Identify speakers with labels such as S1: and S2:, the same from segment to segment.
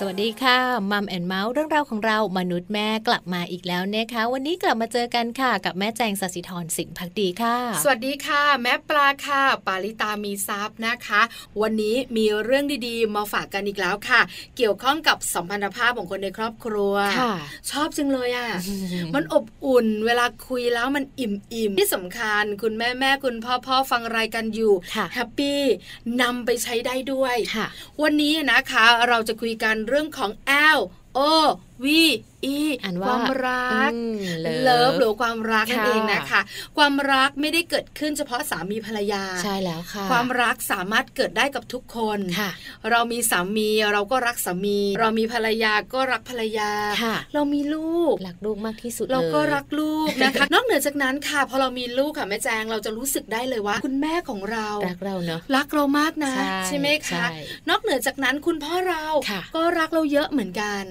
S1: สวัสดีค่ะมัมแอนเมาส์เรื่องราวของเรามนุษย์แม่กลับมาอีกแล้วนะคะ วันนี้กลับมาเจอกันค่ะ กับแม่แจงสัสิธรสินพักดีค่ะ
S2: สวัสดีค่ะ แม่ปลาค่ะ ปาลิตามีซับนะคะ วันนี้มีเรื่องดีๆ มาฝากกันอีกแล้วค่ะ เกี่ยวข้องกับสัมพันธภาพของคนในครอบครัว
S1: ค่ะ
S2: ชอบจังเลย อะ่ะ มันอบอุ่นเวลาคุยแล้วมันอิ่มอิ่มๆที่สำคัญ คุณแม่แม่ๆคุณพ่อพ่อๆฟังรายการอยู่
S1: ค่ะ
S2: แฮปปี้นำไปใช้ได้ด้วย
S1: ค่ะ
S2: วันนี้นะคะเราจะคุยกันเรื่องของ L O V E
S1: อ่าน
S2: ค
S1: ว่า
S2: วามรัก
S1: อืม
S2: เลิฟหรือความรักนั่น
S1: ค่ะ
S2: เองนะคะ ความรักไม่ได้เกิดขึ้นเฉพาะสามีภรรยา
S1: ใช่แล้วค่ะ
S2: ความรักสามารถเกิดได้กับทุกคน
S1: ค่ะ
S2: เรามีสามีเราก็รักสามี เรามีภรรยาก็รักภรรยา
S1: ค่ะ
S2: เรามีลูก
S1: รักลูกมากที่สุด
S2: เราก็รัก
S1: เลย
S2: ลูกนะคะ นอกเหนือจากนั้นค่ะพอเรามีลูกค่ะแม่แจงเราจะรู้สึกได้เลยว่า คุณแม่ของเรา
S1: รักเราเนาะ
S2: รักเรามากนะ ใช่ไหมคะ
S1: ใช่
S2: นอกเหนือจากนั้นคุณพ่อเรา
S1: ค่ะ
S2: ก็รักเราเยอะเหมือนกัน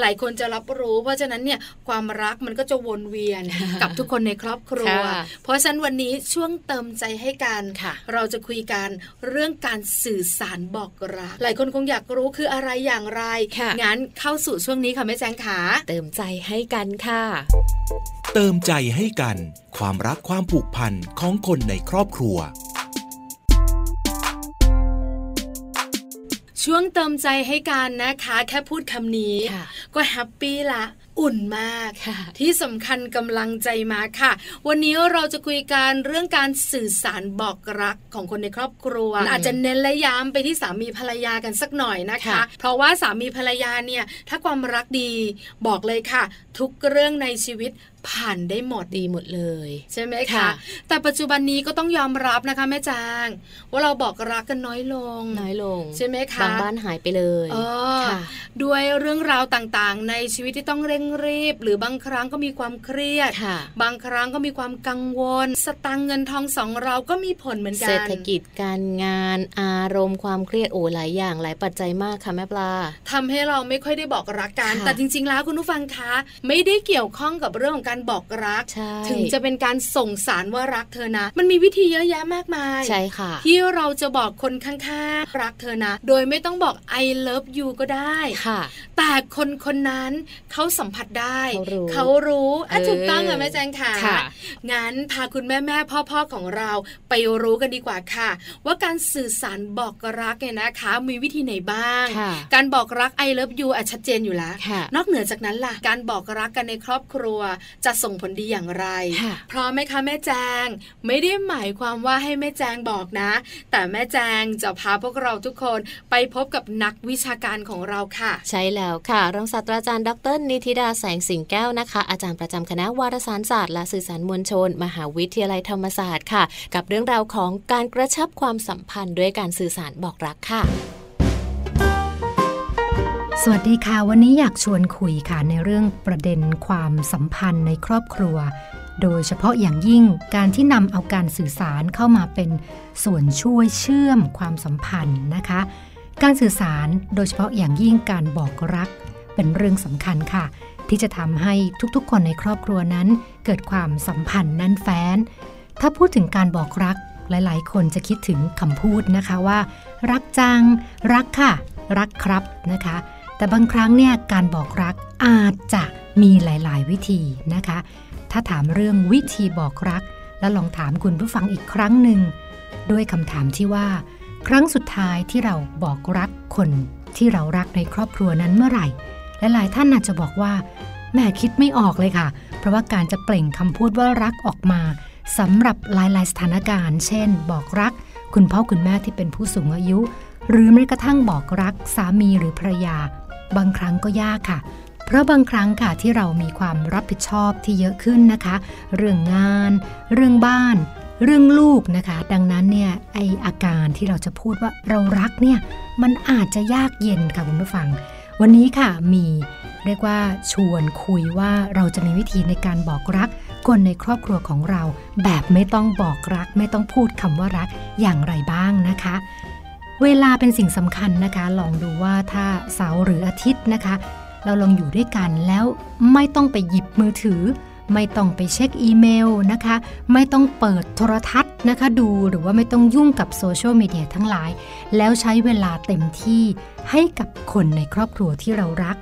S2: หลายคนจะรับรู้เพราะฉะนั้นเนี่ยความรักมันก็จะวนเวียน กับทุกคนในครอบครัว
S1: ค่ะ
S2: เพราะฉะนั้นวันนี้ช่วงเติมใจให้กัน
S1: ค่ะ
S2: เราจะคุยกันเรื่องการสื่อสารบอกรัก หลายคนคงอยากรู้คืออะไรอย่างไร
S1: ค่ะ
S2: งั้นเข้าสู่ช่วงนี้ค่ะแม่แจงขา
S1: เติมใจให้กันค่ะ
S3: เติมใจให้กัน ความรักความผูกพันของคนในครอบครัว
S2: ช่วงเติมใจให้กันนะคะ แค่พูดคำนี้
S1: ค่ะ
S2: ก็แฮปปี้ละอุ่นมาก
S1: ค่ะ
S2: ที่สำคัญกำลังใจมาค่ะ วันนี้เราจะคุยกันเรื่องการสื่อสารบอกรักของคนในครอบครัว
S1: อืม
S2: อาจจะเน้นและย้ำไปที่สามีภรรยากันสักหน่อยนะคะ
S1: ค่ะ
S2: เพราะว่าสามีภรรยาเนี่ยถ้าความรักดีบอกเลยค่ะ ทุกเรื่องในชีวิตผ่านได้หมด
S1: ดีหมดเลย
S2: ใช่ไหมคะ
S1: ค่ะ
S2: แต่ปัจจุบันนี้ก็ต้องยอมรับนะคะแม่จางว่าเราบอกรักกันน้อยลง
S1: น้อยลง
S2: ใช่ไหมคะ
S1: บางบ้านหายไปเลย
S2: เออ
S1: ค่ะ
S2: ด้วยเรื่องราวต่างๆ ในชีวิตที่ต้องเร่งรีบ หรือบางครั้งก็มีความเครียด
S1: ค่ะ
S2: บางครั้งก็มีความกังวล สตังค์เงินทองสองเราก็มีผลเหมือนกัน
S1: เศรษฐกิจการงานอารมณ์ความเครียดโอ้หลายอย่างหลายปัจจัยมากค่ะแม่ปลา
S2: ทำให้เราไม่ค่อยได้บอกรักกัน
S1: ค่ะ
S2: แต่จริง ๆ แล้วคุณผู้ฟังคะ ไม่ได้เกี่ยวข้องกับเรื่องของการบอกรัก
S1: ใช่
S2: ถึงจะเป็นการส่งสารว่ารักเธอนะ มันมีวิธีเยอะแยะมากมาย
S1: ใช่ค่ะ
S2: ที่เราจะบอกคนข้างๆรักเธอนะ โดยไม่ต้องบอก I love you ก็ได้
S1: ค่ะ
S2: แต่คนคนนั้นเขาสัมผัสได้
S1: เขารู้
S2: รู้อ่ะ
S1: เออ
S2: ถูกต้องค่ะแม่แจงค่ะ
S1: ค่ะ
S2: งั้นพาคุณแม่แม่พ่อพ่อๆของเราไปรู้กันดีกว่าค่ะ ว่าการสื่อสารบอกรักเนี่ยนะคะ มีวิธีไหนบ้าง
S1: ค่ะ
S2: การบอกรัก I love you อ่ะชัดเจนอยู่แล้ว
S1: ค่ะ
S2: นอกเหนือจากนั้นล่ะ การบอกรักกันในครอบครัวจะส่งผลดีอย่างไร
S1: ค่ะ
S2: พร้อมไหมคะแม่แจง ไม่ได้หมายความว่าให้แม่แจงบอกนะ แต่แม่แจงจะพาพวกเราทุกคนไปพบกับนักวิชาการของเราค่ะ
S1: ใช่แล้วค่ะ รองศาสตราจารย์ดรนิติดาแสงสิงแก้วนะคะ อาจารย์ประจำคณะวารสารศาสตร์และสื่อสารมวลชน มหาวิทยาลัยธรรมศาสตร์ค่ะ กับเรื่องราวของการกระชับความสัมพันธ์ด้วยการสื่อสารบอกรักค่ะ
S4: สวัสดีค่ะ วันนี้อยากชวนคุยค่ะในเรื่องประเด็นความสัมพันธ์ในครอบครัว โดยเฉพาะอย่างยิ่งการที่นำเอาการสื่อสารเข้ามาเป็นส่วนช่วยเชื่อมความสัมพันธ์นะคะ การสื่อสารโดยเฉพาะอย่างยิ่งการบอกรัก เป็นเรื่องสำคัญค่ะ ที่จะทำให้ทุกๆ คนในครอบครัวนั้น เกิดความสัมพันธ์แน่นแฟ้น ถ้าพูดถึงการบอกรักหลายๆ คนจะคิดถึงคำพูดนะคะว่า รักจัง รักค่ะ รักครับนะคะ แต่บางครั้งเนี่ยการบอกรักอาจจะมีหลาย ๆ วิธีนะคะ ถ้าถามเรื่องวิธีบอกรัก แล้วลองถามคุณผู้ฟังอีกครั้งหนึ่ง ด้วยคำถามที่ว่า ครั้งสุดท้ายที่เราบอกรักคนที่เรารักในครอบครัวนั้นเมื่อไหร่ และหลายท่านอาจจะบอกว่าแหม่คิดไม่ออกเลยค่ะ เพราะว่าการจะเปล่งคำพูดว่ารักออกมาสำหรับหลาย ๆ สถานการณ์ เช่น บอกรัก คุณพ่อคุณแม่ที่เป็นผู้สูงอายุ หรือแม้กระทั่งบอกรักสามีหรือภรรยา บางครั้งก็ยากค่ะ เพราะบางครั้งค่ะที่เรามีความรับผิดชอบที่เยอะขึ้นนะคะ เรื่องงาน เรื่องบ้าน เรื่องลูกนะคะ ดังนั้นเนี่ยไออาการที่เราจะพูดว่าเรารักเนี่ยมันอาจจะยากเย็นค่ะคุณผู้ฟัง วันนี้ค่ะมีเรียกว่าชวนคุยว่าเราจะมีวิธีในการบอกรัก คนในครอบครัวของเรา แบบไม่ต้องบอกรัก ไม่ต้องพูดคำว่ารักอย่างไรบ้างนะคะ เวลาเป็นสิ่งสำคัญนะคะ ลองดูว่าถ้าเสาร์หรืออาทิตย์นะคะ เราลองอยู่ด้วยกันแล้วไม่ต้องไปหยิบมือถือ ไม่ต้องไปเช็คอีเมลนะคะ ไม่ต้องเปิดโทรทัศน์นะคะ ดูหรือว่าไม่ต้องยุ่งกับโซเชียลมีเดียทั้งหลาย แล้วใช้เวลาเต็มที่ให้กับคนในครอบครัวที่เรารัก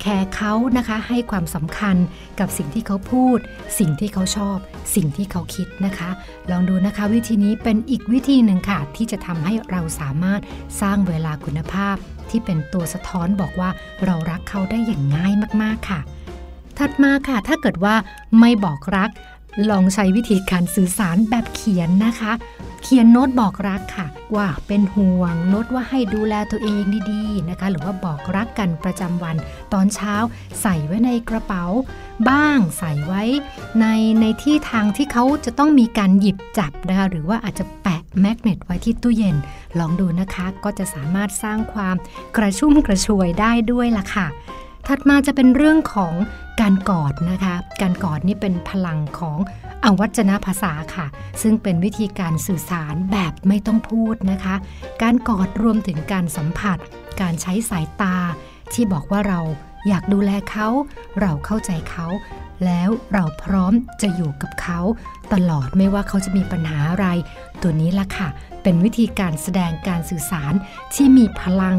S4: แคร์เขานะคะให้ความสำคัญกับสิ่งที่เขาพูด สิ่งที่เขาชอบ สิ่งที่เขาคิดนะคะ ลองดูนะคะ วิธีนี้เป็นอีกวิธีหนึ่งค่ะ ที่จะทำให้เราสามารถสร้างเวลาคุณภาพ ที่เป็นตัวสะท้อนบอกว่าเรารักเขาได้อย่างง่ายมากๆค่ะ ถัดมาค่ะ ถ้าเกิดว่าไม่บอกรัก ลองใช้วิธีการสื่อสารแบบเขียนนะคะ เขียนโน้ตบอกรักค่ะ ว่าเป็นห่วงโน้ตว่าให้ดูแลตัวเองดีๆนะคะ หรือว่าบอกรักกันประจำวัน ตอนเช้าใส่ไว้ในกระเป๋า บ้างใส่ไว้ ในในที่ทางที่เขาจะต้องมีการหยิบจับนะคะหรือว่าอาจจะแปะแมกเนตไว้ที่ตู้เย็น ลองดูนะคะก็จะสามารถสร้างความกระชุ่มกระชวยได้ด้วยล่ะค่ะ ถัดมาจะเป็นเรื่องของการกอดนะคะ การกอดนี่เป็นพลังของอวัจนภาษาค่ะ ซึ่งเป็นวิธีการสื่อสารแบบไม่ต้องพูดนะคะ การกอดรวมถึงการสัมผัส การใช้สายตา ที่บอกว่าเราอยากดูแลเขา เราเข้าใจเขา แล้วเราพร้อมจะอยู่กับเขา ตลอดไม่ว่าเขาจะมีปัญหาอะไร ตัวนี้ล่ะค่ะ เป็นวิธีการแสดงการสื่อสารที่มีพลัง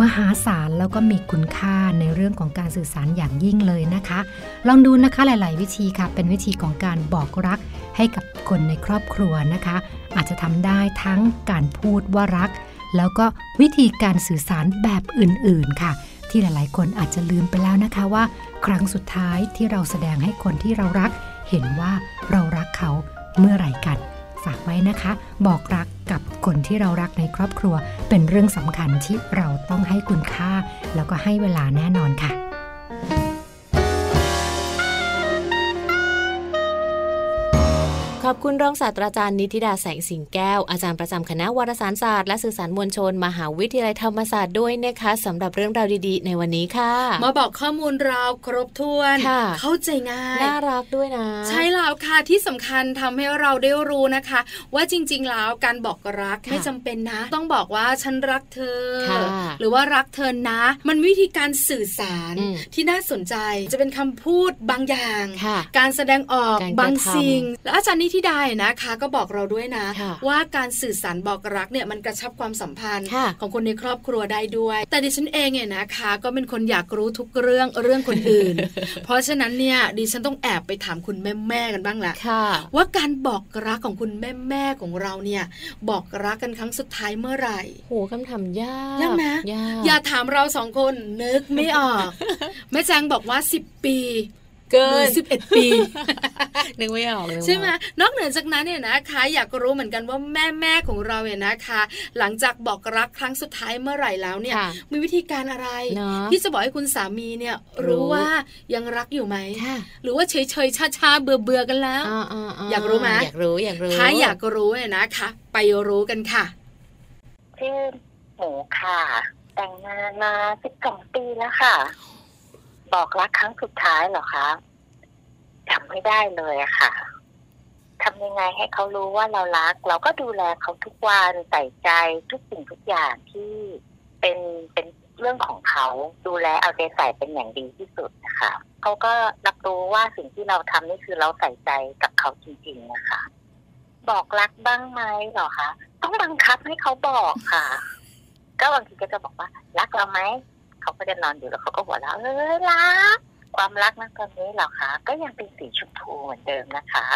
S4: มหาศาลแล้วก็มีคุณค่าในเรื่องของการสื่อสารอย่างยิ่งเลยนะคะ ลองดูนะคะหลาย ๆ วิธีค่ะ เป็นวิธีของการบอกรักให้กับคนในครอบครัวนะคะ อาจจะทำได้ทั้งการพูดว่ารัก แล้วก็วิธีการสื่อสารแบบอื่น ๆ ค่ะ ที่หลาย ๆ คนอาจจะลืมไปแล้วนะคะว่า ครั้งสุดท้ายที่เราแสดงให้คนที่เรารัก เห็นว่าเรารักเขาเมื่อไหร่กัน ฝากไว้นะคะ บอกรักกับคนที่เรารักในครอบครัว เป็นเรื่องสำคัญที่เราต้องให้คุณค่า แล้วก็ให้เวลาแน่นอนค่ะ
S1: ขอบคุณรองศาสตราจารย์นิติดาแสงสิงแก้ว อาจารย์ประจำคณะวารสารศาสตร์และสื่อสารมวลชน มหาวิทยาลัยธรรมศาสตร์ด้วยนะคะสำหรับเรื่องราวดีๆ ในวันนี้ค่ะ
S2: มาบอกข้อมูลเราครบถ้วน
S1: ค่ะ
S2: เข้าใจง่าย
S1: น่ารักด้วยนะ
S2: ใช่แล้วค่ะที่สำคัญทำให้เราได้รู้นะคะ ว่าจริง ๆ แล้วการบอกรัก
S1: ค่ะ
S2: ไม่จำเป็นนะ ต้องบอกว่าฉันรักเธอ
S1: ค่ะ
S2: หรือว่ารักเธอนะ มันวิธีการสื่อสาร
S1: อืม
S2: ที่น่าสนใจจะเป็นคำพูดบางอย่าง
S1: ค่ะ
S2: การแสดงออก
S1: การกระทำ
S2: บางสิ่ง และอาจารย์นิธิดายนะคะ ก็บอกเราด้วยนะ
S1: ค่ะ
S2: ว่าการสื่อสารบอกรักเนี่ยมันกระชับความสัมพันธ์
S1: ค่ะ
S2: ของคนในครอบครัวได้ด้วย แต่ดิฉันเองเนี่ยนะคะ ก็เป็นคนอยากรู้ทุกเรื่องเรื่องคนอื่น เพราะฉะนั้นเนี่ยดิฉันต้องแอบไปถามคุณแม่แม่ๆกันบ้างแหละ
S1: ค่ะ
S2: ว่าการบอกรักของคุณแม่แม่ๆของเราเนี่ยบอกรักกันครั้งสุดท้ายเมื่อไหร่
S1: โหคำถามยาก
S2: ยากไหม
S1: ยาก
S2: อย่าถามเราสองคนนึกไม่ออก แม่แจงบอกว่า 10 ปี
S1: เกิน
S2: สิบเอ็ดปี
S1: นึกไม่ออกเลย
S2: ใช่ไหมนอกเหนือจากนั้นเนี่ยนะคะ อยากรู้เหมือนกันว่าแม่แม่ๆของเราเนี่ยนะคะ หลังจากบอกรักครั้งสุดท้ายเมื่อไหร่แล้วเนี่ย
S1: ค่ะ
S2: มีวิธีการอะไร
S1: เนอะ
S2: ที่จะบอกให้คุณสามีเนี่ย
S1: รู้
S2: รู้ว่ายังรักอยู่ไหม
S1: ค่ะ
S2: หรือว่าเฉยเฉยชาชาๆเบื่อเบื่อๆกันแล้ว
S1: อ่าอ่า
S2: อยากรู้ไหม
S1: อยากรู้อยากรู้
S2: ถ้าอยากรู้เนี่ยนะคะ ไปรู้กันค่ะ
S5: ชื่อหมูค่ะ แต่งงานมาสิบสองปีแล้วค่ะ บอกรักครั้งสุดท้ายเหรอคะจำไม่ได้เลยอะค่ะทำยังไงให้เขารู้ว่าเรารัก เราก็ดูแลเขาทุกวันใส่ใจทุกสิ่งทุกอย่างที่เป็นเป็นเรื่องของเขาดูแลเอาใจใส่เป็นอย่างดีที่สุดนะคะเขาก็รับรู้ว่าสิ่งที่เราทำนี่คือเราใส่ใจกับเขาจริงๆนะคะ บอกรักบ้างไหมเหรอคะ ต้องบังคับให้เขาบอกค่ะ ก็บางทีก็จะบอกว่า รักเราไหม เขาก็จะนอนอยู่แล้วเขาก็หัวเราะเออรัก ความรักนะตอนนี้เหรอคะ ก็ยังเป็นสีชมพูเหมือนเดิมนะคะ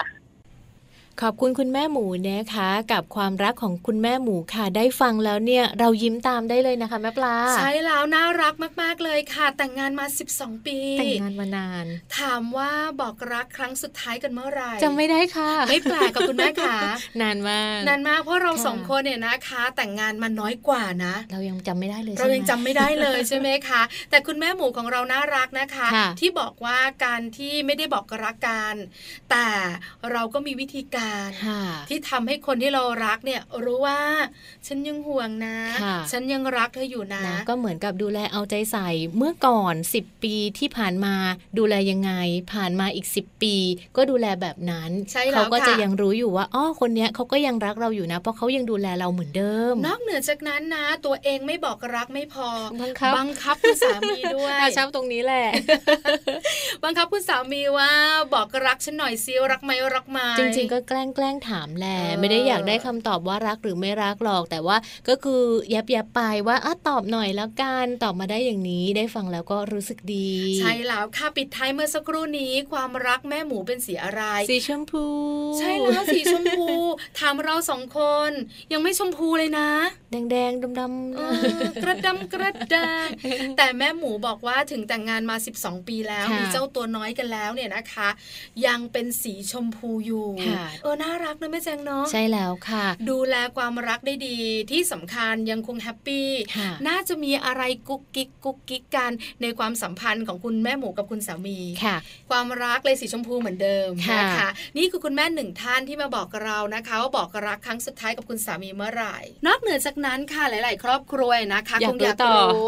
S1: ขอบคุณคุณแม่หมูนะคะ กับความรักของคุณแม่หมูค่ะ ได้ฟังแล้วเนี่ย เรายิ้มตามได้เลยนะคะแม่ปลา
S2: ใช่แล้วน่ารักมากๆเลยค่ะ แต่งงานมา 12 ปี
S1: แต่งงานมานาน
S2: ถามว่าบอกรักครั้งสุดท้ายกันเมื่อไหร่
S1: จำไม่ได้ค่ะ
S2: ไม่แปลกกับคุณแม่ค่ะ
S1: นานมาก
S2: นานมากเพราะเรา
S1: ค่ะ
S2: สองคนเนี่ยนะคะ แต่งงานมาน้อยกว่านะ
S1: เรายังจำไม่ได้เลย
S2: เรายังจำ
S1: ใช่ห
S2: ไม่ได้เลยใช่ไหมคะ แต่คุณแม่หมูของเราน่ารักนะคะ
S1: ค่ะ
S2: ที่บอกว่าการที่ไม่ได้บอกรักกันแต่เราก็มีวิธีก าร
S1: ค่ะ
S2: ที่ทำให้คนที่เรารักเนี่ยรู้ว่า ฉันยังห่วงนะ
S1: ค่ะ
S2: ฉันยังรักเธออยู่นะ
S1: นะก็เหมือนกับดูแลเอาใจใส่เมื่อก่อน 10 ปีที่ผ่านมาดูแลยังไง ผ่านมาอีก 10 ปี ก็ดูแลแบบนั้น
S2: ใช่แล้ว
S1: เขาก็
S2: ค่ะ
S1: จะยังรู้อยู่ว่าอ้อคนเนี้ยเขาก็ยังรักเราอยู่นะ เพราะเขายังดูแลเราเหมือนเดิม
S2: นอกเหนือจากนั้นนะ ตัวเองไม่บอกรักไม่พอ
S1: บังคับ
S2: บังคับคุณสามีด้วย
S1: อ่ะชอบตรงนี้แหละ
S2: บังคับคุณสามีว่าบอกรักฉันหน่อยซิรักไหมรักไหม
S1: จริงๆ ก็แกล้งแกล้งถามแหละ
S2: เออ
S1: ไม่ได้อยากได้คำตอบว่ารักหรือไม่รักหรอก แต่ว่าก็คือแยบแยบๆไปว่าอะตอบหน่อยแล้วกันตอบมาได้อย่างนี้ได้ฟังแล้วก็รู้สึกดี
S2: ใช่แล้วค่ะปิดท้ายเมื่อสักครู่นี้ ความรักแม่หมูเป็นสีอะไร
S1: สีชมพู
S2: ใช่แล้วสีชมพู ถามเราสองคน ยังไม่ชมพูเลยนะ
S1: แดงแดงๆดำ
S2: เอ
S1: ๆ
S2: อกระดำกระดางแต่แม่หมูบอกว่าถึงแต่งงานมา 12 ปีแล้ว
S1: ค่ะ
S2: มีเจ้าตัวน้อยกันแล้วเนี่ยนะคะ ยังเป็นสีชมพูอยู่
S1: ค่ะ
S2: เออน่ารักนะแม่แจงเนาะ
S1: ใช่แล้วค่ะ
S2: ดูแลความรักได้ดีที่สำคัญยังคงแฮปปี้
S1: ค่ะ
S2: น่าจะมีอะไรกุ๊กกิ๊กกุ๊กกิ๊กกันในความสัมพันธ์ของคุณแม่หมูกับคุณสามี
S1: ค่ะ
S2: ความรักเลยสีชมพูเหมือนเดิม
S1: ค่ะ
S2: นะคะ นี่คือคุณแม่หนึ่งท่านที่มาบอกเรานะคะว่าบอกรักครั้งสุดท้ายกับคุณสามีเมื่อไหร่ นอกเหนือจากนั้นค่ะหลาย ๆ ครอบครัวนะคะคงอยากรู้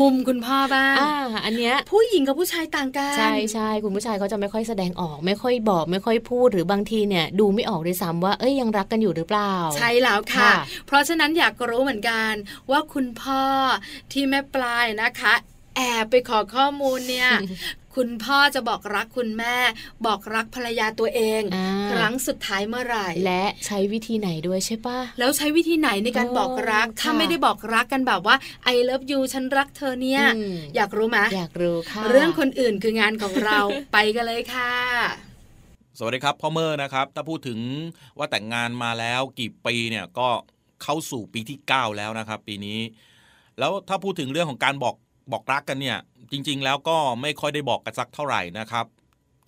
S2: มุมคุณพ่อบ้าง
S1: อ่า อันเนี้ย
S2: ผู้หญิงกับผู้ชายต่างกัน
S1: ใช่ใช่คุณผู้ชายเขาจะไม่ค่อยแสดงออก ไม่ค่อยบอก ไม่ค่อยพูดหรือบางทีเนี่ย ดูไม่ออกด้วยซ้ำว่าเอ้ยยังรักกันอยู่หรือเปล่า
S2: ใช่แล้วค่ะ
S1: ค่ะ
S2: เพราะฉะนั้นอยากรู้เหมือนกันว่าคุณพ่อที่แม่ปลายนะคะ แอบไปขอข้อมูลเนี่ย คุณพ่อจะบอกรักคุณแม่ บอกรักภรรยาตัวเอง
S1: อ่า
S2: ครั้งสุดท้ายเมื่อไหร่
S1: และใช้วิธีไหนด้วยใช่ปะ
S2: แล้วใช้วิธีไหนในการ
S1: โอ้
S2: บอกรัก ถ้า
S1: ค่ะ
S2: ไม่ได้บอกรักกันแบบว่า I love you ฉันรักเธอเนี่ย
S1: อืม
S2: อยากรู้ไหม
S1: อยากรู้ค่ะ
S2: เรื่องคนอื่นคืองานของ เรา ไปกันเลยค่ะ
S3: สวัสดีครับพ่อเมอร์นะครับ ถ้าพูดถึงว่าแต่งงานมาแล้วกี่ปีเนี่ยก็เข้าสู่ปีที่ 9 แล้วนะครับ ปีนี้ แล้วถ้าพูดถึงเรื่องของการบอกบอกรักกันเนี่ย จริง ๆ แล้วก็ไม่ค่อยได้บอกกันสักเท่าไหร่นะครับ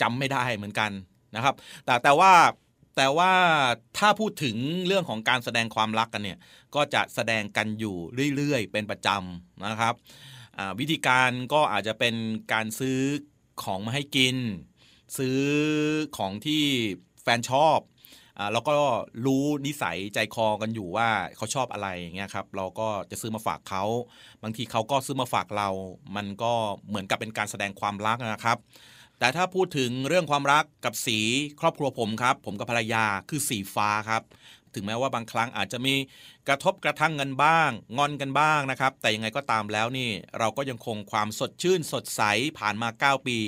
S3: จำไม่ได้เหมือนกันนะครับ แต่แต่ว่าแต่ว่าถ้าพูดถึงเรื่องของการแสดงความรักกันเนี่ย ก็จะแสดงกันอยู่เรื่อยๆ เป็นประจำนะครับอ่าวิธีการก็อาจจะเป็นการซื้อของมาให้กิน ซื้อของที่แฟนชอบอาแล้วก็รู้นิสัยใจคอกันอยู่ว่าเขาชอบอะไรอย่างเงี้ยครับ เราก็จะซื้อมาฝากเขา บางทีเขาก็ซื้อมาฝากเรา มันก็เหมือนกับเป็นการแสดงความรักนะครับ แต่ถ้าพูดถึงเรื่องความรักกับสีครอบครัวผมครับ ผมกับภรรยาคือสีฟ้าครับ ถึงแม้ว่าบางครั้งอาจจะมีกระทบกระทั่งกันบ้าง งอนกันบ้างนะครับ แต่ยังไงก็ตามแล้วนี่ เราก็ยังคงความสดชื่นสดใสผ่านมา 9 ปี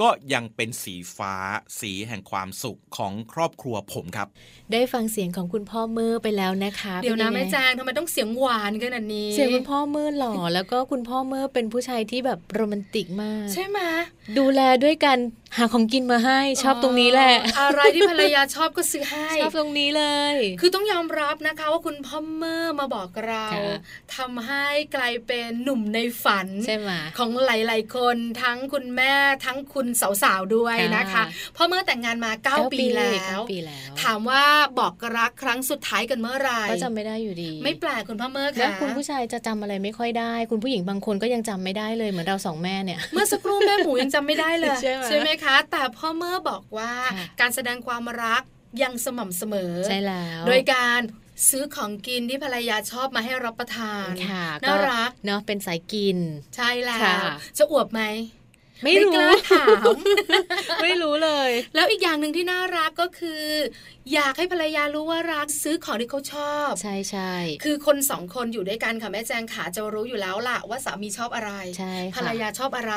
S3: ก็ยังเป็นสีฟ้า สีแห่งความสุขของครอบครัวผมครับ
S1: ได้ฟังเสียงของคุณพ่อมือไปแล้วนะคะ
S2: เดี๋ยวนะ
S1: ป็
S2: แม่
S1: งไง
S2: แจางทำไมต้องเสียงหวานขนาดนี้
S1: เสียงคุณพ่อมืดหล่อ แล้วก็คุณพ่อมืดเป็นผู้ชายที่แบบโรแมนติกมาก
S2: ใช่ไหม
S1: ดูแลด้วยกันหาของกินมาให้ชอบตรงนี้แหละ
S2: เอออะไรที่ภรรยาชอบก็ซื้อให้
S1: ชอบตรงนี้เลย
S2: คือต้องยอมรับนะคะว่าคุณพ่อเมอร์มาบอกเรา
S1: ค่ะ
S2: ทำให้กลายเป็นหนุ่มในฝัน
S1: ใช่ไหม
S2: ของหลาย ๆ คนทั้งคุณแม่ทั้งคุณสาว ๆ ด้วยนะคะ
S1: ค่ะ
S2: เพราะเมื่อแต่งงานมา
S1: เก้า
S2: 9 ปีแล้ว
S1: เก้าปีแล้ว
S2: ถามว่าบอกรักครั้งสุดท้ายกันเมื่อไหร่
S1: ก็จำไม่ได้อยู่ดี
S2: ไม่แปลกคุณพ่อเมอร์
S1: แล้
S2: ค่ะ
S1: วคุณผู้ชายจะจำอะไรไม่ค่อยได้ คุณผู้หญิงบางคนก็ยังจำไม่ได้เลยเหมือนเราสองแม่เนี่ย
S2: เมื่อสักครู่แม่หมูยังจำไม่ได้เลย
S1: ใช่ไหม
S2: ไหมคะ แต่พ่อเมอร์บอกว่า
S1: ค่ะ
S2: การแสดงความรักยังสม่ำเสมอ
S1: ใช่แล้ว
S2: โดยการซื้อของกินที่ภรรยาชอบมาให้รับประทาน
S1: ค่ะ
S2: น่ารัก
S1: เนาะเป็นสายกิน
S2: ใช่แล้
S1: ค่ะ
S2: วจะอวบไหม
S1: ไม่
S2: ก
S1: รู้
S2: ล้าถาม
S1: ไม่รู้เลย
S2: แล้วอีกอย่างหนึ่งที่น่ารักก็คือ อยากให้ภรรยารู้ว่ารักซื้อของที่เขาชอบ
S1: ใช่ใช่
S2: คือคนสองคนอยู่ด้วยกันค่ะแม่แจงขาจะรู้อยู่แล้วล่ะว่าสามีชอบอะไร
S1: ใช่ค่ะ
S2: ภรรยาชอบอะไร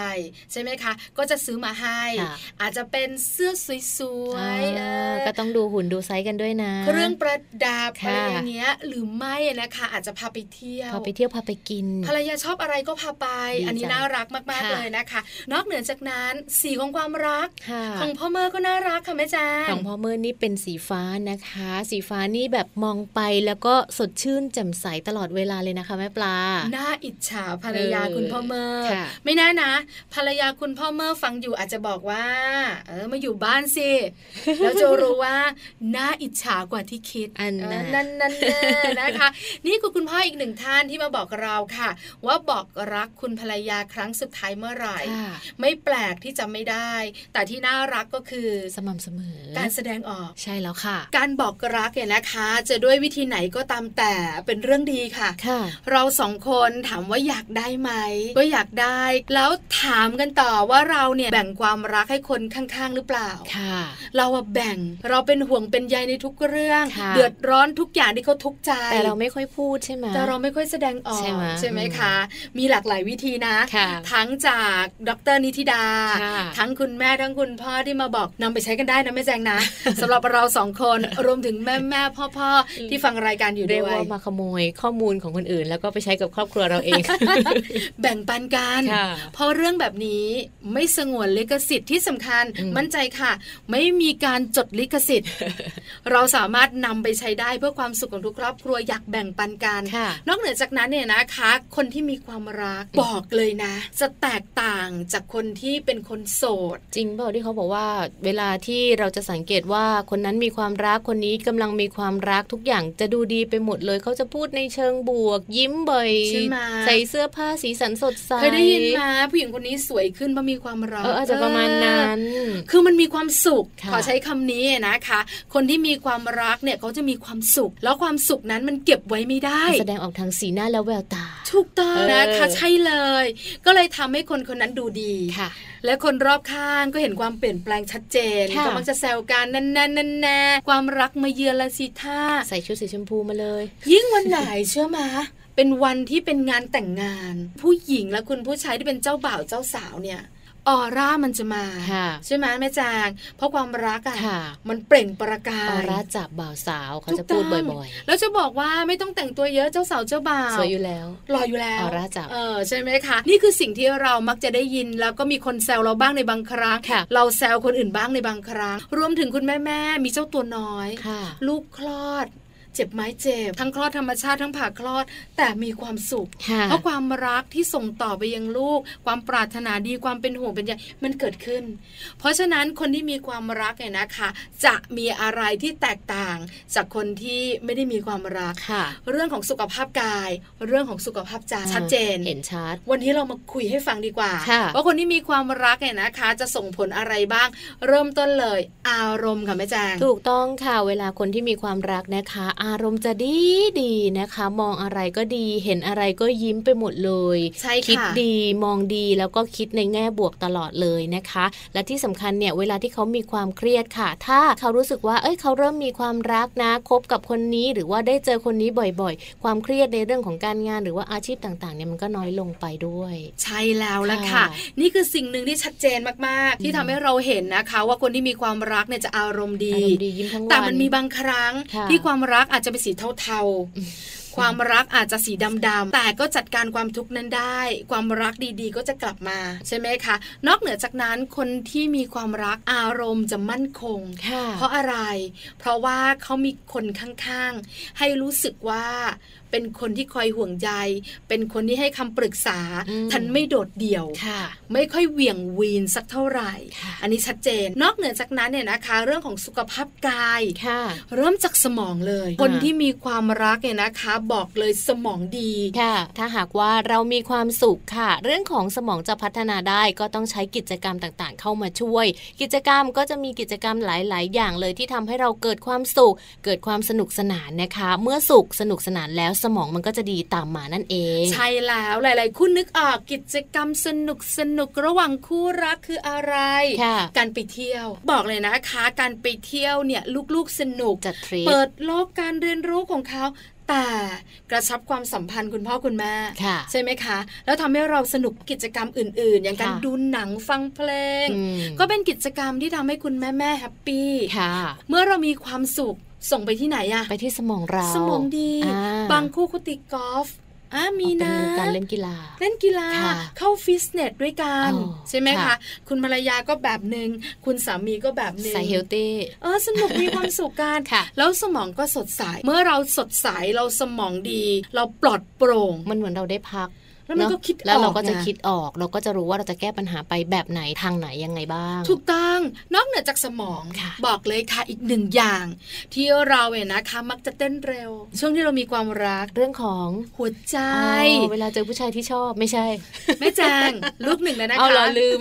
S2: ใช่ไหมคะ ก็จะซื้อมาให้
S1: ค่ะ
S2: อาจจะเป็นเสื้อสวยๆเอ
S1: อ่า
S2: อ
S1: ก็ต้องดูหุ่นดูไซส์กันด้วยนะ
S2: เครื่องประดับ
S1: ค่ะ
S2: อะไรอย่างเงี้ย หรือไม่นะคะ อาจจะพาไปเที่ยว
S1: พาไปเที่ยวพาไปกิน
S2: ภรรยาชอบอะไรก็พาไป
S1: ดี
S2: อันนี้
S1: จัง
S2: น่ารักมากๆ
S1: ค่ะ
S2: เลยนะคะ นอกเหนือจากนั้นสีของความรัก
S1: ค่ะ
S2: ของพ่อเมอร์ก็น่ารักค่ะแม่แจง
S1: ของพ่อเมื่อนี่เป็นสีฟ้านะคะ สีฟ้านี่แบบมองไปแล้วก็สดชื่นแจ่มใสตลอดเวลาเลยนะคะแม่ปลา
S2: น่าอิจฉาภรรยา
S1: เออ
S2: คุณพ่อเมอร์
S1: ค่ะ
S2: ไม่แน่านะ ภรรยาคุณพ่อเมอร์ฟังอยู่อาจจะบอกว่า เออมาอยู่บ้าน สิ แล้วจะรู้ว่า น่าอิจฉากว่าที่คิด
S1: อัน
S2: เอ
S1: นะ
S2: อนั่นนั่นแน่นะคะ นี่คือคุณพ่ออีกหนึ่งท่านที่มาบอกเราค่ะ ว่าบอกรักคุณภรรยาครั้งสุดท้ายเมื่อไหร่
S1: ค่ะ
S2: ไม่แปลกที่จะไม่ได้ แต่ที่น่ารักก็คือ
S1: สม่ำเสมอ
S2: การแสดงออก
S1: ใช่แล้วค่ะ
S2: การบอกรักเนี่ยนะคะ จะด้วยวิธีไหนก็ตามแต่เป็นเรื่องดีค่ะ
S1: ค่ะ
S2: เราสองคนถามว่าอยากได้ไหม ก็อยากได้ แล้วถามกันต่อว่าเราเนี่ยแบ่งความรักให้คนข้างๆ หรือเปล่า
S1: ค่ะ
S2: เราอะแบ่งเราเป็นห่วงเป็นใยในทุกเรื่อง
S1: ค่ะ
S2: เดือดร้อนทุกอย่างที่เขาทุกข์ใจ
S1: แต่เราไม่ค่อยพูดใช่ไหม
S2: แต่เราไม่ค่อยแสดงออก
S1: ใช่ไหม
S2: ไหมคะ มีหลากหลายวิธีนะ
S1: ค่ะ
S2: ทั้งจากดรนิติดา
S1: ค่ะ
S2: ทั้งคุณแม่ทั้งคุณพ่อที่มาบอกนำไปใช้กันได้นะแม่แจง นะ สำหรับเราสองคน รวมถึงแม่แม่พ่อพ่อที่ฟังรายการอยู่
S1: เรียก
S2: ด้วย
S1: ว่ามาขโมยข้อมูลของคนอื่น แล้วก็ไปใช้กับครอบครัวเราเอง
S2: แบ่งปันกัน
S1: ค่ะ
S2: เพราะเรื่องแบบนี้ไม่สงวนลิขสิทธิ์ที่สำคัญ
S1: อืม
S2: มั่นใจค่ะ ไม่มีการจดลิขสิท ธิ์ เราสามารถนำไปใช้ได้เพื่อความสุขของทุกครอบครัวอยากแบ่งปันกัน
S1: ค่ะ
S2: นอกเหนือจากนั้นเนี่ยนะคะ คนที่มีความรักบอกเลยนะ จะแตกต่างจากคนที่เป็นคนโสด
S1: จริงเปล่าที่เขาบอกว่า เวลาที่เราจะสังเกตว่าคนนั้นมีความรักคนนี้กำลังมีความรักทุกอย่างจะดูดีไปหมดเลย เขาจะพูดในเชิงบวก ยิ้มบ่อย
S2: ใช่ไหม
S1: ใส่เสื้อผ้าสีสันสดใส
S2: เคยได้ยินมาผู้หญิงคนนี้สวยขึ้นเพราะมีความรัก
S1: เอออาจจะประมาณนั้น
S2: คือมันมีความสุข
S1: ค่ะ
S2: ขอใช้คำนี้นะคะ คนที่มีความรักเนี่ยเขาจะมีความสุข แล้วความสุขนั้นมันเก็บไว้ไม่ได้
S1: แสดงออกทางสีหน้าและแววตา
S2: ถูกต้อง
S1: เออ
S2: นะคะใช่เลย ก็เลยทำให้คนคนนั้นดูดี
S1: ค่ะ
S2: และคนรอบข้างก็เห็นความเปลี่ยนแปลงชัดเจน
S1: ค่ะ
S2: ก็มักจะแซวกันนั่นๆนั่นๆความรักมาเยือนละสิท่า
S1: ใส่ชุดสีชมพูมาเลย
S2: ยิ่งวันไหน เชื่อมา เป็นวันที่เป็นงานแต่งงาน ผู้หญิงและคุณผู้ชายที่เป็นเจ้าบ่าวเจ้าสาวเนี่ยออร่ามันจะมา
S1: ค่ะ
S2: ใช่ไหมแม่จาง เพราะความรักอะ
S1: ค่ะ
S2: มันเปล่งประกา
S1: อยอร่าจับบ่าวสาวเขา
S2: ถูก
S1: จะพูด
S2: ต้อง
S1: บ่อย
S2: แล้วจะบอกว่าไม่ต้องแต่งตัวเยอะเจ้าสาวเจ้าบ่า
S1: ๆ
S2: ว
S1: สวยอยู่แล้ว
S2: หล่ออยู่แล้ว
S1: ออร่าจับ
S2: เออใช่ไหมคะ นี่คือสิ่งที่เรามักจะได้ยิน แล้วก็มีคนแซวเราบ้างในบางครั้ง
S1: ค่ะ
S2: เราแซวคนอื่นบ้างในบางครั้ง รวมถึงคุณแม่แม่ๆมีเจ้าตัวน้อย
S1: ค่ะ
S2: ลูกคลอด เจ็บไหมเจ็บ ทั้งคลอดธรรมชาติทั้งผ่าคลอด แต่มีความสุข
S1: ค่ะ
S2: เพราะความรักที่ส่งต่อไปยังลูก ความปรารถนาดีความเป็นห่วงเป็นใยมันเกิดขึ้น เพราะฉะนั้นคนที่มีความรักเนี่ยนะคะ จะมีอะไรที่แตกต่าง จากคนที่ไม่ได้มีความรัก
S1: ค่ะ
S2: เรื่องของสุขภาพกาย เรื่องของสุขภาพใจชัดเจน
S1: เห็นชัด
S2: วันนี้เรามาคุยให้ฟังดีกว่า
S1: ค่ะ
S2: ว่าคนที่มีความรักเนี่ยนะคะ จะส่งผลอะไรบ้าง เริ่มต้นเลย อารมณ์ค่ะแม่แจง
S1: ถูกต้องค่ะ เวลาคนที่มีความรักนะคะ อารมณ์จะดีดีนะคะ มองอะไรก็ดีเห็นอะไรก็ยิ้มไปหมดเลย
S2: ใช่
S1: คิด
S2: ค่ะ
S1: ดีมองดีแล้วก็คิดในแง่บวกตลอดเลยนะคะ และที่สำคัญเนี่ยเวลาที่เขามีความเครียดค่ะ ถ้าเขารู้สึกว่าเอ้ยเขาเริ่มมีความรักนะคบกับคนนี้ หรือว่าได้เจอคนนี้บ่อยๆ ความเครียดในเรื่องของการงาน หรือว่าอาชีพต่างๆเนี่ยมันก็น้อยลงไปด้วย
S2: ใช่แล้วละค่ะ
S1: ค่ะ
S2: นี่คือสิ่งหนึ่งที่ชัดเจนมาก ๆ ที่
S1: อืม
S2: ทำให้เราเห็นนะคะ ว่าคนที่มีความรักเนี่ยจะอารมณ์ดี
S1: อารมณ์ดียิ้มทั้งวัน
S2: แต่มันมีบางครั้ง
S1: ค่ะ
S2: ที่ความรักอาจจะเป็นสีเทา
S1: อืม
S2: ๆ ความรักอาจจะสีดำๆแต่ก็จัดการความทุกข์นั้นได้ ความรักดีๆ ก็จะกลับมาใช่ไหมคะ นอกเหนือจากนั้นคนที่มีความรักอารมณ์จะมั่นคง
S1: ค่ะ
S2: เพราะอะไร เพราะว่าเขามีคนข้างๆ ให้รู้สึกว่าเป็นคนที่คอยห่วงใย เป็นคนที่ให้คำปรึกษา
S1: อืม
S2: ทันไม่โดดเดี่ยว
S1: ค่ะ
S2: ไม่ค่อยเหวี่ยงวีนสักเท่าไหร่
S1: ค่ะ
S2: อันนี้ชัดเจน นอกเหนือจากนั้นเนี่ยนะคะ เรื่องของสุขภาพกาย
S1: ค่ะ
S2: เริ่มจากสมองเลย
S1: อ่า
S2: คนที่มีความรักเนี่ยนะคะ บอกเลยสมองดี
S1: ค่ะถ้าหากว่าเรามีความสุขค่ะ เรื่องของสมองจะพัฒนาได้ก็ต้องใช้กิจกรรมต่างๆ เข้ามาช่วย กิจกรรมก็จะมีกิจกรรมหลาย ๆ อย่างเลยที่ทำให้เราเกิดความสุข เกิดความสนุกสนานนะคะ เมื่อสุขสนุกสนานแล้วสมองมันก็จะดีตามมานั่นเอง
S2: ใช่แล้วหลาย ๆ คุณนึกออกกิจกรรมสนุกสนุกๆระหว่างคู่รักคืออะไร
S1: ค่ะ
S2: การไปเที่ยว บอกเลยนะคะ การไปเที่ยวเนี่ยลูกๆสนุก
S1: จัดทริป
S2: เปิดโลกการเรียนรู้ของเขา แต่กระชับความสัมพันธ์คุณพ่อคุณแม่
S1: ค่ะ
S2: ใช่ไหมคะ แล้วทำให้เราสนุกกิจกรรมอื่น ๆ อย่างการ
S1: ค่ะ
S2: ดูหนังฟังเพลง
S1: อืม
S2: ก็เป็นกิจกรรมที่ทำให้คุณแม่แม่ๆแฮปปี้
S1: ค่ะ
S2: เมื่อเรามีความสุขส่งไปที่ไหนอะ
S1: ไปที่สมองเรา
S2: สมองดี
S1: อ่
S2: บางคู่คุติกอล์ฟอ่ะมีนะ
S1: ออกกำลังการเล่นกีฬา
S2: เล่นกีฬา
S1: ค่ะ
S2: เข้าฟิตเนสด้วยกัน
S1: อ๋อ
S2: ใช่ไหมคะ
S1: ค่ะ
S2: คุณภรรยาก็แบบหนึ่งคุณสามีก็แบบหนึ่ง
S1: ใส่เฮลตี้
S2: เออสนุกมีความสุขกัน
S1: ค่ะ
S2: แล้วสมองก็สดใส เมื่อเราสดใสเราสมองดี เราปลอดโปร่ง
S1: มันเหมือนเราได้พัก
S2: แล้วมัน
S1: เนอะ
S2: ก็คิดออก
S1: แล้วเราก็จะ
S2: ไง
S1: คิดออก เราก็จะรู้ว่าเราจะแก้ปัญหาไปแบบไหนทางไหนยังไงบ้าง
S2: ถูกต้องนอกเหนือจากสมอง
S1: ค่ะ
S2: บอกเลยค่ะอีกหนึ่งอย่าง ที่เราเนี่ยนะคะ มักจะเต้นเร็ว ช่วงที่เรามีความรัก
S1: เรื่องของ
S2: หัวใจ
S1: อ๋อเวลาเจอผู้ชายที่ชอบไม่ใช่
S2: ไม่แจงลูกหนึ่งแล้วนะคะ
S1: เอาเหรอลืม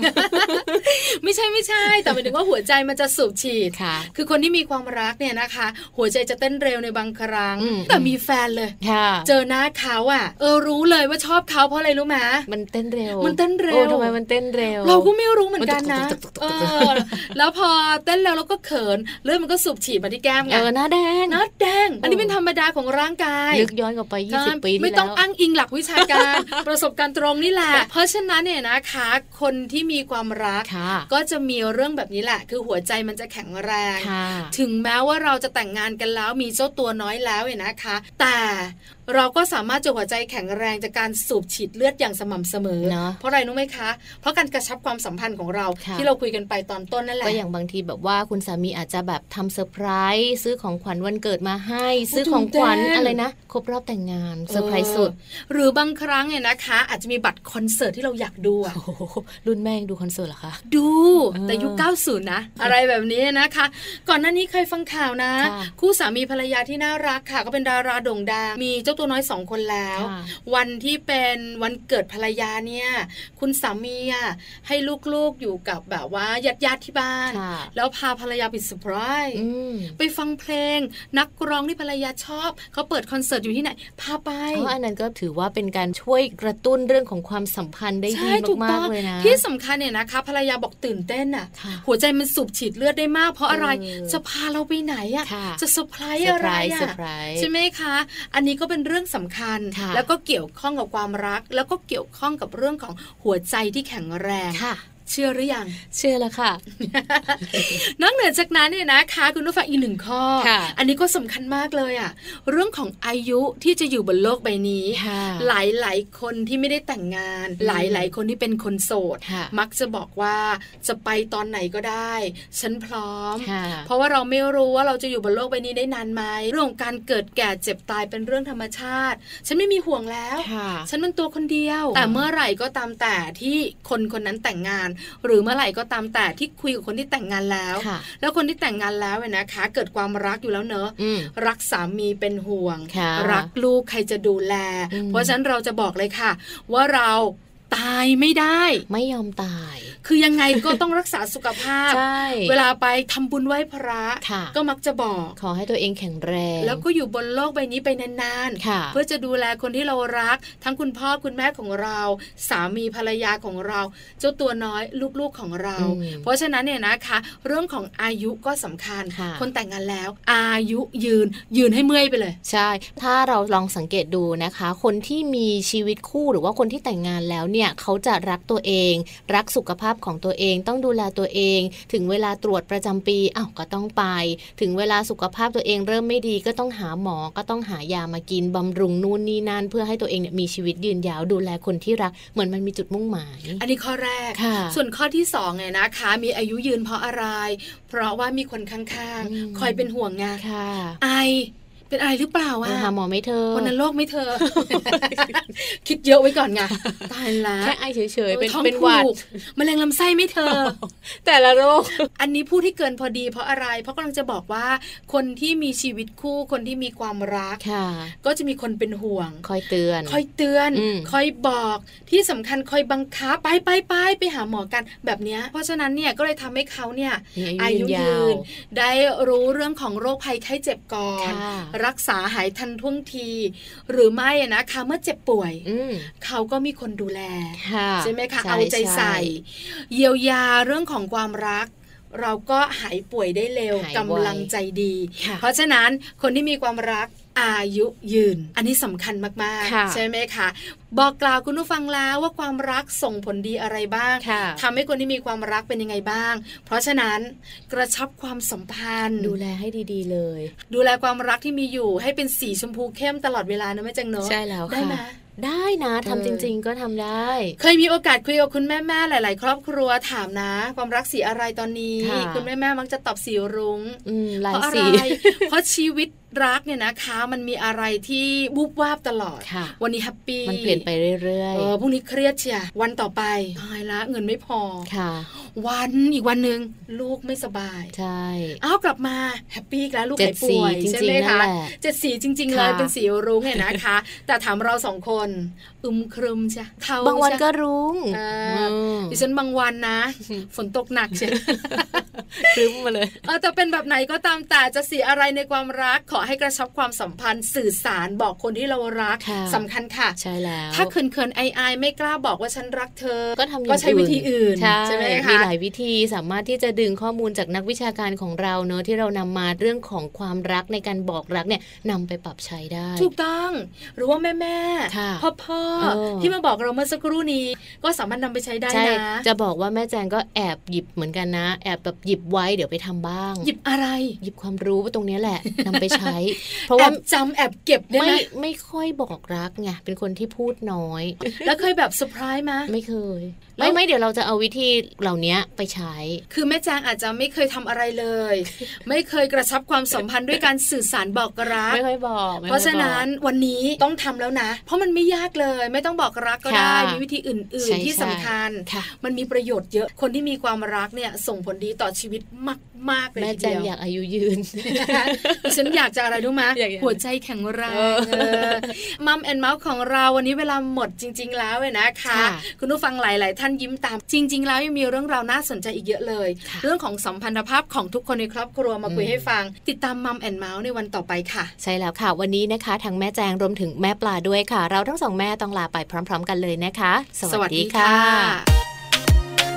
S2: ไม่ใช่ไม่ใช่ แต่หมายถึงว่าหัวใจมันจะสูบฉีด
S1: ค่ะ
S2: คือคนที่มีความรักเนี่ยนะคะ หัวใจจะเต้นเร็วในบางครั้ง
S1: อืม
S2: แต่มีแฟนเลย
S1: ค่ะ
S2: เจอหน้าเขาอ่ะ เออรู้เลยว่าชอบเขาเพราะอะไรรู้ไหม
S1: มันเต้นเร็ว
S2: มันเต้นเร็ว
S1: โอ้ทำไมมันเต้นเร็ว
S2: เราก็ไม่รู้เหมือนกันนะ
S1: มันตุกๆๆๆๆ
S2: เออแล้วพอเต้นแล้วเราก็เขินเลือดมันก็สูบฉีดมาที่แก้มไง
S1: เออหน้าแดง
S2: นัดแดง อันนี้เป็นธรรมดาของร่างกาย
S1: นึกย้อนกลับไป 20 ปีที่แล้ว
S2: ไม่ต้องอ้างอิงหลักวิชาการ ประสบการณ์ตรงนี่แหละ เพราะฉะนั้นเนี่ยนะคะ คนที่มีความรัก
S1: ค่ะ
S2: ก็จะมีเรื่องแบบนี้แหละ คือหัวใจมันจะแข็งแรง
S1: ค่ะ
S2: ถึงแม้ว่าเราจะแต่งงานกันแล้วมีเจ้าตัวน้อยแล้วเนี่ยนะคะ แต่เราก็สามารถจะหัวใจแข็งแรงจากการสูบฉีดเลือดอย่างสม่ำเสมอ
S1: เนอะ
S2: ราะอะไรรู้ไหมคะ เพราะการกระชับความสัมพันธ์ของเรา
S1: ค่ะ
S2: ที่เราคุยกันไปตอนต้นนั่นแหละ
S1: ก็อย่างบางทีแบบว่าคุณสามีอาจจะแบบทำเซอร์ไพรส์ซื้อของขวัญวันเกิดมาให้
S2: โอ้
S1: ซื้อของขวัญ
S2: ตื่นเต้น
S1: อะไรนะ ครบรอบแต่งงานเซอร์ไพรส์สุด
S2: หรือบางครั้งเนี่ยนะคะ อาจจะมีบัตรคอนเสิร์ตที่เราอยากดูอะ
S1: โอ้โหรุ่นแม่ยังดูคอนเสิร์ตเหรอคะ
S2: ดู
S1: เออ
S2: แต่ยุค 90 นะ อะไรแบบนี้นะคะ ก่อนหน้านี้เคยฟังข่าวนะ
S1: ค่ะ
S2: คู่สามีภรรยาที่น่ารักค่ะ ก็เป็นดาราโด่งดังมีเจ้าตัวน้อยสองคนแล้ว
S1: ค่ะ
S2: วันที่เป็นวันเกิดภรรยาเนี่ย คุณสามีอะให้ลูกๆอยู่กับแบบว่าญาติๆที่บ้าน
S1: ค่ะ
S2: แล้วพาภรรยาไปเซอร์ไพรส์
S1: อืม
S2: ไปฟังเพลง นักร้องที่ภรรยาชอบเขาเปิดคอนเสิร์ตอยู่ที่ไหนพาไป
S1: เพราะอันนั้นก็ถือว่าเป็นการช่วยกระตุ้นเรื่องของความสัมพันธ์ได้ดี
S2: ใช่ถูก
S1: มา
S2: ต้
S1: ก
S2: อง
S1: ๆเลยนะ
S2: ที่สำคัญเนี่ยนะคะภรรยาบอกตื่นเต้นอ่ะ
S1: ค่ะ
S2: หัวใจมันสูบฉีดเลือดได้มาก เพราะอะไร
S1: เออ
S2: จะพาเราไปไหนอ่ะ
S1: ค่ะ
S2: จะเซอร์ไพร
S1: เซ
S2: ส์
S1: อ
S2: อะ
S1: ร์ไพ
S2: ไร
S1: รส์เซอ
S2: อ่ะ
S1: ร์ไพรส์
S2: ใช่ไหมคะ อันนี้ก็เป็นเรื่องสำคัญ
S1: ค่ะ
S2: แล้วก็เกี่ยวข้องกับความรัก แล้วก็เกี่ยวข้องกับเรื่องของหัวใจที่แข็งแรง
S1: ค่ะ
S2: เชื่อหรือยัง
S1: เชื่อแล้วค่ะ
S2: นอกเหนือจากนั้นเนี่ยนะคะคุณผู้ฟังอีกหนึ่งข้อ
S1: ค่ะ
S2: อันนี้ก็สำคัญมากเลยอ่ะเรื่องของอายุที่จะอยู่บนโลกใบนี้
S1: ค่ะ
S2: หลายหลายๆคนที่ไม่ได้แต่งงาน
S1: อืม
S2: หลายหลายๆคนที่เป็นคนโสด
S1: ค่ะ
S2: มักจะบอกว่าจะไปตอนไหนก็ได้ ฉันพร้อม
S1: ค่ะ
S2: เพราะว่าเราไม่รู้ว่าเราจะอยู่บนโลกใบนี้ได้นานไหมเรื่องของการเกิดแก่เจ็บตายเป็นเรื่องธรรมชาติ ฉันไม่มีห่วงแล้ว
S1: ค่ะ
S2: ฉันมันตัวคนเดียว แต่เมื่อไหร่ก็ตามแต่ที่คนคนนั้นแต่งงาน หรือเมื่อไหร่ก็ตามแต่ที่คุยกับคนที่แต่งงานแล้ว
S1: ค่ะ
S2: แล้วคนที่แต่งงานแล้วเนี่ยนะคะ เกิดความรักอยู่แล้วเนอะ
S1: อืม
S2: รักสามีเป็นห่วง
S1: ค่ะ
S2: รักลูกใครจะดูแล
S1: อืม
S2: เพราะฉะนั้นเราจะบอกเลยค่ะ ว่าเราตายไม่ได้
S1: ไม่ยอมตาย
S2: คือยังไงก็ต้องรักษาสุขภาพ
S1: ใช่
S2: เวลาไปทำบุญไหว้พระ
S1: ค่ะ
S2: ก็มักจะบอก
S1: ขอให้ตัวเองแข็งแรง
S2: แล้วก็อยู่บนโลกใบนี้ไปนาน
S1: ค่ะ
S2: ๆ เพื่อจะดูแลคนที่เรารัก ทั้งคุณพ่อคุณแม่ของเรา สามีภรรยาของเรา เจ้าตัวน้อยลูกๆของเรา
S1: อืม
S2: เพราะฉะนั้นเนี่ยนะคะ เรื่องของอายุก็สำคัญ
S1: ค่ะ
S2: คนแต่งงานแล้ว อายุยืนยืนให้เมื่อยไปเลย
S1: ใช่ ถ้าเราลองสังเกตดูนะคะ คนที่มีชีวิตคู่หรือว่าคนที่แต่งงานแล้วเนี่ย เขาจะรักตัวเอง รักสุขภาพของตัวเอง ต้องดูแลตัวเอง ถึงเวลาตรวจประจำปีอ้าวก็ต้องไป ถึงเวลาสุขภาพตัวเองเริ่มไม่ดีก็ต้องหาหมอ ก็ต้องหายามากินบำรุงนู่นนี่นั่นเพื่อให้ตัวเองเนี่ยมีชีวิตยืนยาวดูแลคนที่รัก เหมือนมันมีจุดมุ่งหมาย
S2: อันนี้ข้อแรก
S1: ค่ะ
S2: ส่วนข้อที่สองเนี่ยนะคะ มีอายุยืนเพราะอะไร เพราะว่ามีคนข้าง
S1: อืม
S2: ๆ คอยเป็นห่วงไง
S1: ค่ะ
S2: ไอ เป็นไอหรือเปล่า
S1: เอ
S2: อะ
S1: อหาหมอไหม่เธอ
S2: วันนั้นโรคไหม่เธอ คิดเยอะไว้ก่อนไง ตายละ
S1: แค่ไอเฉยๆเป็น
S2: ท้อง
S1: เป็นหวัด
S2: ผูกมะเร็งลำไส้ไหม่เธอ
S1: แต่ละโรค
S2: อันนี้พูดที่เกินพอดีเพราะอะไร เพราะกำลังจะบอกว่า คนที่มีชีวิตคู่ คนที่มีความรัก
S1: ค่ะ
S2: ก็จะมีคนเป็นห่วง
S1: คอยเตือน
S2: คอยเตือน
S1: อืม
S2: คอยบอกที่สำคัญคอยบังคับไปไปไปไปหาหมอกันแบบเนี้ยเพราะฉะนั้นเนี่ยก็เลยทำให้เขาเนี่ย
S1: มีอา
S2: อา
S1: ยุ
S2: ยุ
S1: ยืนยา
S2: ยื
S1: ว
S2: น ได้รู้เรื่องของโรคภัยไข้เจ็บก่อน
S1: ค่ะ
S2: รักษาหายทันท่วงที หรือไม่อะนะคะเมื่อเจ็บป่วย
S1: อืม
S2: เขาก็มีคนดูแล
S1: ค่ะ
S2: ใช่ไหมคะเอาใจใส่ เยียวยาเรื่องของความรัก เราก็หายป่วยได้เร็ว
S1: หายไว
S2: กำลังใจดี
S1: ค่ะ
S2: เพราะฉะนั้นคนที่มีความรักอายุยืน อันนี้สำคัญมาก
S1: ค่ะ
S2: ๆ ใช่ไหมคะ บอกกล่าวคุณผู้ฟังแล้วว่าความรักส่งผลดีอะไรบ้าง
S1: ค่ะ
S2: ทำให้คนที่มีความรักเป็นยังไงบ้าง เพราะฉะนั้นกระชับความสัมพันธ์
S1: ดูแลให้ดีๆเลย
S2: ดูแลความรักที่มีอยู่ให้เป็นสีชมพูเข้มตลอดเวลานะแม่จังเนอะ
S1: ใช่แล้ว
S2: ได้
S1: ค่ะ
S2: ไหม
S1: ได้นะทำจริงๆก็ทำได้
S2: เคยมีโอกาสคุยกับคุณแม่แม่ๆหลาย ๆ ครอบครัวถามนะ ความรักสีอะไรตอนนี้
S1: ค่ะ
S2: คุณแม่แม่ๆมักจะตอบสีรุง้ง
S1: อืมลา
S2: เพ
S1: ย
S2: ราะอะไร
S1: สี
S2: เพราะชีวิต รักเนี่ยนะคะมันมีอะไรที่บุบวาบตลอด
S1: ค่ะ
S2: วันนี้แฮปปี้
S1: มันเปลี่ยนไปเรื่อย
S2: เออพรุ่งนี้เครียดเชียวันต่อไปตายละเงินไม่พอ
S1: ๆ ค่ะ
S2: วันอีกวันหนึ่งลูกไม่สบาย
S1: ใช่
S2: อ้าวกลับมาแฮปปี้อีกแล้วลูก
S1: เจ็
S2: หา
S1: ด
S2: ย
S1: สี
S2: ป่วย
S1: จริงๆ
S2: ใช่ไหม
S1: นั่น
S2: คะ
S1: แหละ
S2: เจ็ดสีจริง ๆ เลย
S1: ค่ะ
S2: เป็นสีรุ้งเนี่ยนะคะ แต่ถามเราสองคนอึมครึมจ้ะเทา
S1: บางวัน
S2: จ้ะ
S1: ก็รุ้ง
S2: เอออื
S1: ม
S2: ดิฉันบางวัน นะ ฝนตกหนักเชียว
S1: ครึ้มมาเลย
S2: เออแต่เป็นแบบไหนก็ตามแต่จะเสียอะไรในความรักขอให้กระชับความสัมพันธ์สื่อสารบอกคนที่เรารัก
S1: ค่ะ
S2: สำคัญค่ะ
S1: ใช่แล้ว
S2: ถ้าเขินเขินๆอายอไม่กล้าบอกว่าฉันรักเธอ
S1: ก็ทำอย่าง
S2: ก็ใช้วิธีอื่น
S1: ใช่
S2: ใช่ไหมคะ
S1: มีหลายวิธีสามารถที่จะดึงข้อมูลจากนักวิชาการของเราเนอะที่เรานำมาเรื่องของความรักในการบอกรักเนี่ยนำไปปรับใช้ได้
S2: ถูกต้องหรือว่าแม่แม่ๆ
S1: ค่ะ
S2: พ่อพ่อ
S1: เออ
S2: ที่มาบอกเราเมื่อสักครู่นี้ ก็สามารถนำไปใช้ได้
S1: ใช่
S2: นะ
S1: จะบอกว่าแม่แจงก็แอบหยิบเหมือนกันนะ แอบแบบหยิบไว้เดี๋ยวไปทำบ้าง
S2: หยิบอะไร
S1: หยิบความรู้ตรงเนี้ยแห ละ นำไปใช้ เพราะ
S2: แอ
S1: ว่า
S2: บจำแอบเก็บได้
S1: ไม่
S2: ไหม
S1: ไม่ค่อยบอกรักไงเป็นคนที่พูดน้ อย
S2: แล้วเคยแบบเซอร์ไพรส์ไหม
S1: ไม่เคย
S2: แล้
S1: ไม่
S2: ว
S1: ไม่เดี๋ยวเราจะเอาวิธีเหล่านี้ไปใช้
S2: คือแม่แจางอาจจะไม่เคยทำอะไรเลย ไม่เคยกระชับความสัมพันธ์ด้วยการสื่อสารบอกรัก
S1: ไม่ค่อยบอกไม่ค่อยบอก
S2: เพราะฉะนั้นวันนี้ต้องทำแล้วนะ เพราะมันไม่ยากเลย ไม่ต้องบอกรักก็ได้
S1: ค่ะ
S2: มีวิธีอื่น
S1: ใช่
S2: ๆ ที่
S1: ใช่
S2: สำคัญ
S1: ค่ะ
S2: มันมีประโยชน์เยอะคนที่มีความรักเนี่ยส่งผลดีต่อชีวิตมากๆเลย
S1: แม่
S2: ที
S1: แจง
S2: เดียว
S1: อยากอายุยืน
S2: นะคะดิฉันอยากจะอะไรรู้ไหม
S1: อยากอยาก
S2: หัวใจแข็งแรง
S1: เออ
S2: เออมัมแอนเมาส์ของเราวันนี้เวลาหมดจริง ๆ แล้วเลยนะคะ
S1: ค่ะ
S2: คุณผู้ฟังหลาย ๆ ท่านยิ้มตาม จริง ๆ แล้วยังมีเรื่องราวน่าสนใจอีกเยอะเลย
S1: ค่ะ
S2: เรื่องของสัมพันธภาพของทุกคนในครอบครัวมาคุย
S1: อืม
S2: ให้ฟัง ติดตามมัมแอนเมาส์ในวันต่อไปค่ะ
S1: ใช่แล้วค่ะ วันนี้นะคะทั้งแม่แจงรวมถึงแม่ปลาด้วยค่ะ เราทั้งสองแม่ต้องลาไปพร้อม ๆ กันเลยนะคะ
S2: สวัสดีค่ะ